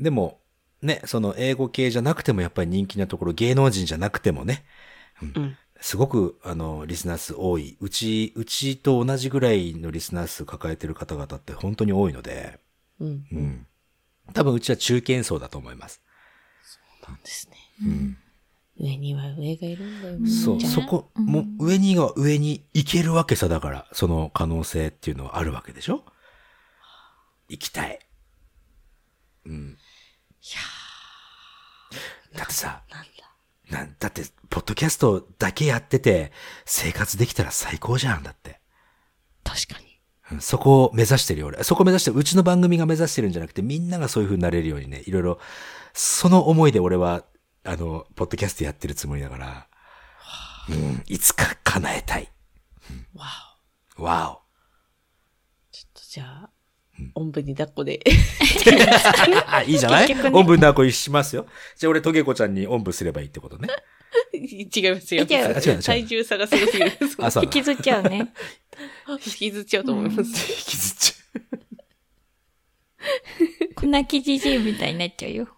A: でも、ね、その、英語系じゃなくても、やっぱり人気なところ、芸能人じゃなくてもね、
B: うん。
A: すごく、あの、リスナー数多い。うち、うちと同じぐらいのリスナー数抱えてる方々って本当に多いので、
B: うん。
A: う。
B: うん
A: 多分、うちは中堅層だと思います。
B: なんですね。
A: うん。
B: 上には上がいるんだよね。
A: そうう、
C: んじゃあ
A: そこ、
C: うん
A: もう上には上に行けるわけさ、だから、その可能性っていうのはあるわけでしょ行きたい。うん。いやだってさ、
B: なんだ。
A: なんだって、ポッドキャストだけやってて、生活できたら最高じゃん、だって。
B: 確かに。
A: うんそこを目指してるよ、俺。そこ目指して、うちの番組が目指してるんじゃなくて、みんながそういう風になれるようにね、いろいろ、その思いで俺は、あの、ポッドキャストやってるつもりだから、うん、いつか叶えたい。
B: わお。
A: わ
B: ちょっとじゃあ、おんぶに抱っこで。 [laughs]
A: お。あ、いいじゃない、おんぶんだこいしますよ。じゃあ俺、トゲコちゃんにおんぶすればいいってことね。
B: 違います、違い
C: 違う
A: 違う
B: ま
A: 違う
B: す。体重差がすごすぎる。
A: あ、そうだ。
C: 引き
A: 引
C: ずっちゃうね。
B: 引きずっちゃうと思います。 [laughs]
A: きずっちゃ
C: 粉木じじいみたいになっちゃうよ。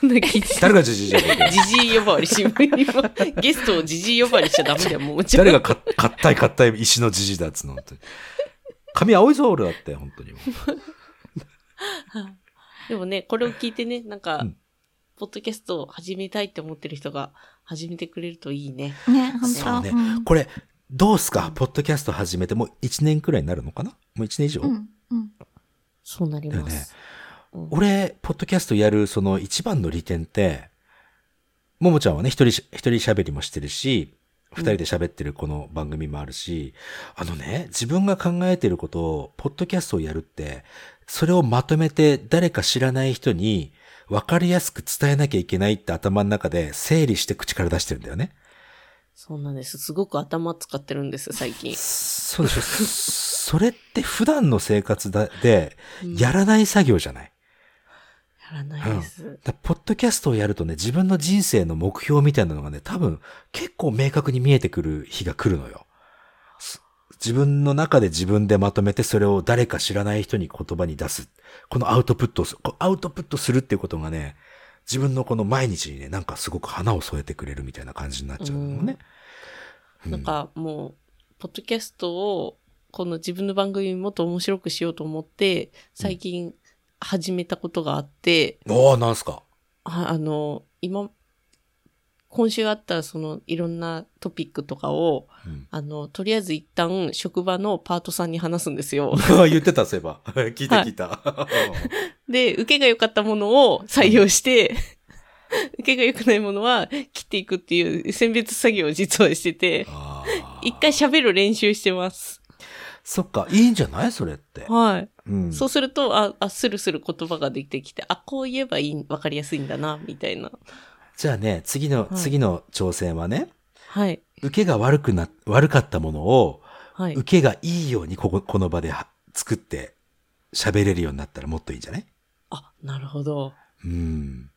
B: こんな記事
A: う。。誰がじじいじゃねえか
B: じじい呼ばわりし、ゲストをじじい呼ばわりしちゃダメだよ、もうちょっ
A: 誰がか、かったいかったい石のじじいだっつうの、本当に。髪青いぞ、俺だって、本当に。
B: でもね、これを聞いてね、なんか、
A: うん
B: ポッドキャストを始めたいって思ってる人が始めてくれるといいね。
C: ね、ほんと。
A: そうね
C: ん。
A: これ、どうすかポッドキャスト始めて、もう1年くらいになるのかなもう1年以上、
C: うん。うん。
B: そうなり
A: ま
B: ますす。
A: だよね俺、ポッドキャストやる、その一番の利点って、ももちゃんはね、一人し、一人喋りもしてるし、二人で喋ってるこの番組もあるし、あのね、自分が考えてることを、ポッドキャストをやるって、それをまとめて誰か知らない人に、わかりやすく伝えなきゃいけないって頭の中で整理して口から出してるんだよね。
B: そうなんです。すごく頭使ってるんです、最近。
A: そうでしょ。そそれって普段の生活だで、
B: うん
A: やらない作業じゃない。
B: やらないです。
A: だポッドキャストをやるとね、自分の人生の目標みたいなのがね、多分結構明確に見えてくる日が来るのよ。す自分の中で自分でまとめてそれを誰か知らない人に言葉に出す。このアウトプットをす、こアウトプットするっていうことがね、自分のこの毎日にね、なんかすごく花を添えてくれるみたいな感じになっちゃうのね。
B: なんかもう、ポッドキャストを、この自分の番組もっと面白くしようと思って、最近始めたことがあって、
A: おー、なんすか
B: ああの、今、今週あったそのいろんなトピックとかを、
A: うん
B: あの、とりあえず一旦職場のパートさんに話すんですよ。
A: [laughs] 言ってた、そういえば。聞いた
B: はい
A: 聞い
B: [laughs]
A: た。
B: で、受けが良かったものを採用して、受けが良くないものは切っていくっていう選別作業を実はしてて、
A: あー
B: 一回喋る練習してます。
A: そっか、いいんじゃないそれって。
B: はい。
A: うん
B: そうすると、あ、あ、スルスル言葉ができてきて、あ、こう言えばいい、わかりやすいんだな、みたいな。
A: じゃあね、次の、
B: はい
A: 次の挑戦はね、
B: はい。
A: 受けが悪くな、悪かったものを、
B: はい。
A: 受けがいいようにここ、この場では作って喋れるようになったらもっといいんじゃない
B: あ、なるほど。
A: うん。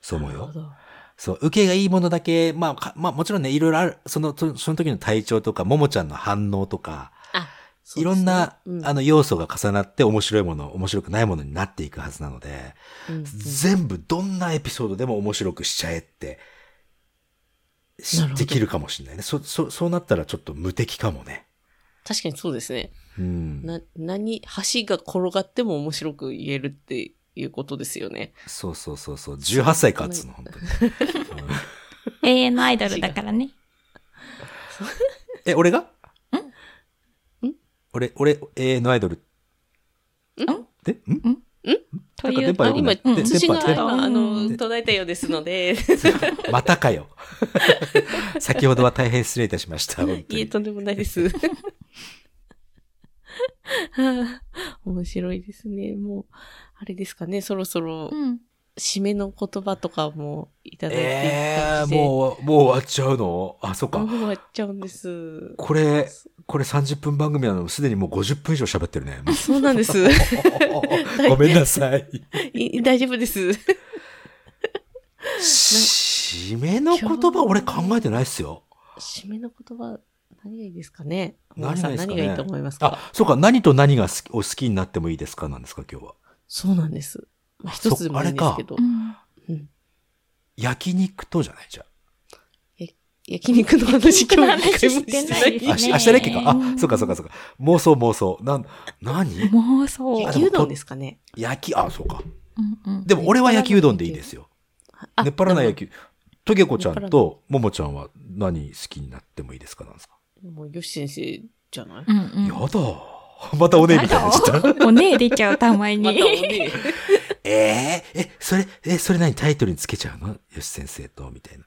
A: そう思う
B: なる
A: よ
B: ほ。ど
A: そう、受けがいいものだけ、まあか、まあもちろんね、いろいろある、その、そその時の体調とか、ももちゃんの反応とか、
B: そうで
A: い
B: すね
A: ろんな、
B: うん
A: あの、要素が重なって面白いもの、面白くないものになっていくはずなので、
B: うんうん
A: 全部どんなエピソードでも面白くしちゃえって、し
B: なるほど
A: できるかもしれないね。そ、そ、そうなったらちょっと無敵かもね。
B: 確かにそうですね。
A: うん。
B: な、何、橋が転がっても面白く言えるっていうことですよね。
A: そうそうそうそう。18歳かっつうの、本当
B: [laughs]
A: に。うん
C: 永遠のアイドルだからね。
A: え、俺がん俺、俺、えー、のアイドル。
B: ん
A: でん [laughs]
C: とい
A: なんか電波良くな
C: うと、
B: 今、
A: いうん
B: 通信が
A: 電波
C: 電波
B: 今、あ
C: う
B: の、
A: ん
B: 途絶えたようですので、
A: またかよ。 [laughs] 先ほどは大変失礼いたしました。本当
B: いえ、
A: に
B: とんでもないです。は [laughs] あ面白いですね。もう、あれですかね、そろそろ
C: う、ん。
B: 締めの言葉とかもいただいてい
A: え
B: た
A: ー、
B: りして、も
A: もう、もう終わっちゃうのあ、そう
B: う
A: か。
B: 終わっちゃう
A: [laughs]
B: んです。
A: これ、これ30分番組なのにすでにもう50分以上喋ってるね。もう
B: そうなんです。
A: ごめんなさい。
B: い大丈夫です。
A: 締めの言葉俺考えてないっすよ。
B: 締めの言葉、何がいいですかね
A: 何がいいですかね
B: 皆さん何がいいと思いますか
A: あ、そうか。何と何が好きお好きになってもいいですかなんですか、今日は。
B: そうなんです。まあ、
A: そっ
B: 一つでもいいんですけど
C: う、ん
A: 焼肉とじゃないじゃあ。
B: 焼肉の話
C: 焼肉
B: 今
C: の
B: 日一
C: 話
B: 回もして
C: し
B: な
C: てない
B: い
C: で。す
A: あ、
C: ね
A: し明日だっけか。
C: う
A: あ、
C: ん
A: そうかそうかそうか。妄想妄想。なん、何
C: 妄想。
B: 焼きうどんですかね
A: 焼き、あ、そうか。
C: うんうん
A: でも俺は焼きうどんでいいですよ。
B: あ
A: ねっぱらない
B: で
A: 焼き。とげこちゃんとももちゃんは何好きになってもいいですかなんですか、
B: ももう、よし先生じゃない
C: うんうん。
A: やだ。 [laughs] またおねえみたいになっちゃった。
C: おねえ出ちゃう、た
B: ま
C: ま
B: たお
C: に。
B: ね、
A: [laughs] えー、え、それ、え、それ何タイトルにつけちゃうのよし先生と、みたいな。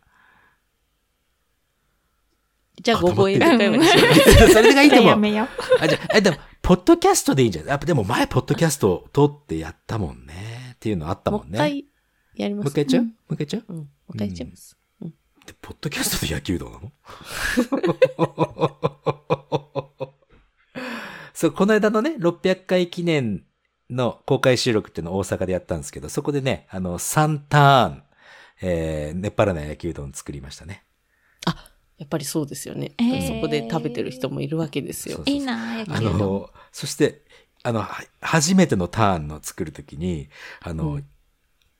B: [laughs] じゃあ、ご声で会話にしよ
A: それが [laughs] いい
C: じゃ
A: と思
C: あや
A: う。
C: めよう。
A: あ、じゃあ、え、でも、ポッドキャストでいいんじゃないやっぱでも前、ポッドキャストを撮ってやったもんね。っていうのあった
B: う。
A: も
B: もうん一
A: ね。
B: 回やりま
A: もう一回
B: す。
A: やっちゃうもう一回やっちゃう
B: うん、もう一回やっちゃいます。
A: でポッドキャストで野球道
B: [laughs]
A: なのそう、この間のね、600回記念の公開収録っていうのを大阪でやったんですけど、そこでね、あの、3ターン、えー、ネパラな野球丼作りましたね。
B: やっぱりそうですよね。
C: えー
B: そこで食べてる人もいるわけです
A: そう
B: よ。
A: そう
C: いいな、焼
A: あ
C: きうどん。
A: の、そして、あの、は初めてのターンの作るときに、あの、
B: うん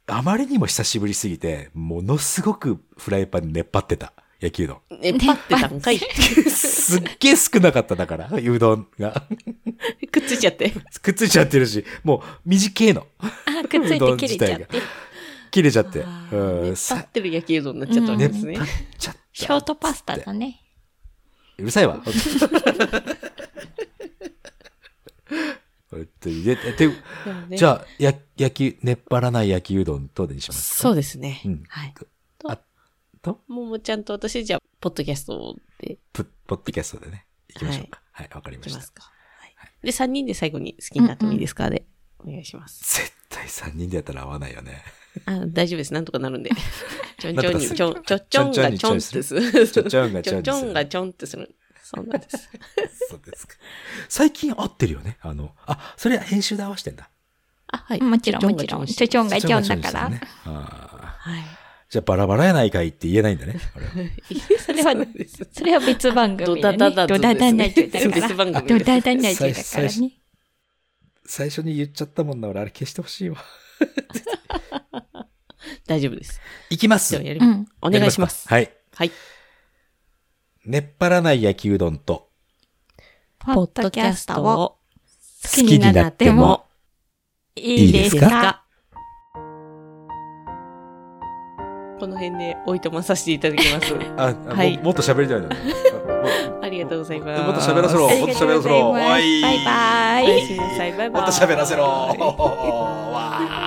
A: あまりにも久しぶりすぎて、ものすごくフライパンに熱張ってた、野球丼。
B: え、パって段階
A: すっげえ少なかっただから、うどんが。
B: [laughs] くっついちゃって。
A: くっついちゃってるし、もう短いの。
C: あ、くっつ
A: う
C: いて切れちゃっ
A: どん自
C: て。
A: 切れちゃって。
B: あ
A: う
B: ー
A: ん、
B: パっ
A: さ、
B: てる焼きうどんになっちゃったわけ
A: ね
B: ですね
A: パ。ッちゃった。
C: ショートパスタだね。
A: うるさいわ。本当にでて
B: でもね
A: じゃあ、や、焼き、熱っ張らない焼きうどんとでにしますか
B: そうですね。
A: うん
B: はい。
A: あと、
B: ももちゃんと私、じゃあ、ポッドキャストで
A: ポポッドキャストでね、行きましょうか。はい、わ、かり
B: い
A: ま
B: き
A: し
B: ま
A: た。
B: すか。はい。で、3人で最後に好きになってもいいですかで、お願いします。
A: 絶対3人でやったら合わないよね。
B: あ大丈夫です。なんとかなるんで。ちょん
A: なんと
B: ちょ
A: か
B: ん
A: す
B: に、
A: る
B: ちょん、ちょ、ちょんがちょんってする。
A: ちょんちょん
B: [laughs]
A: がち
B: ち
A: ょん
B: ょ
A: ってする
B: んがちょんってする。そうなんです。
A: そうですか。最近合ってるよね。あの、あ、それは編集で合わしてんだ。
B: あ、はい。
C: もちろん、もち
B: ちょ
C: ろ
B: が
C: ん。
B: ちょ
C: ちょちょんがちょんだか
A: ちょんがちょん
C: ら
A: で。したねあー
B: はい。
A: じゃあバラバラやないかいって言えないんだね。あれは
C: それは
B: そうです、
C: それは別番
B: ド
C: 組
B: ダ
C: だね。
B: ダダ
C: ド
B: ズ
C: ダダナイトだ
B: ですね
C: から。
B: 別番組
C: ド
B: です
C: ダダナイトだか
A: 最
C: ら
A: 初
C: ね。
A: 最初に言っちゃったもんな、俺、あれ消してほしいわ。
B: 大丈夫です。
A: いきます
B: じゃあやり
C: う
B: ま
C: ん。
B: お願いします。
A: はい。
B: はい。
A: 熱波らない焼きうどんと
C: ポッドキャストを
A: 好
C: 好
A: きになっても。
C: いいです
A: いいです
C: か
B: この辺でおいとまさせていただきます。
A: あ、あ
B: はい
A: ももっと喋りたいのに。あも
B: ありがとうございます。
A: もっと喋らせろ。
C: あ
A: もっ
C: り
A: と
C: が
A: 喋ら
C: とうご
A: せ
C: ざい
A: ろ。
C: ます
A: おい
C: バイバ
B: お
C: イ
B: やすみなさい。バイバイ。
A: もっと喋らせろ。わー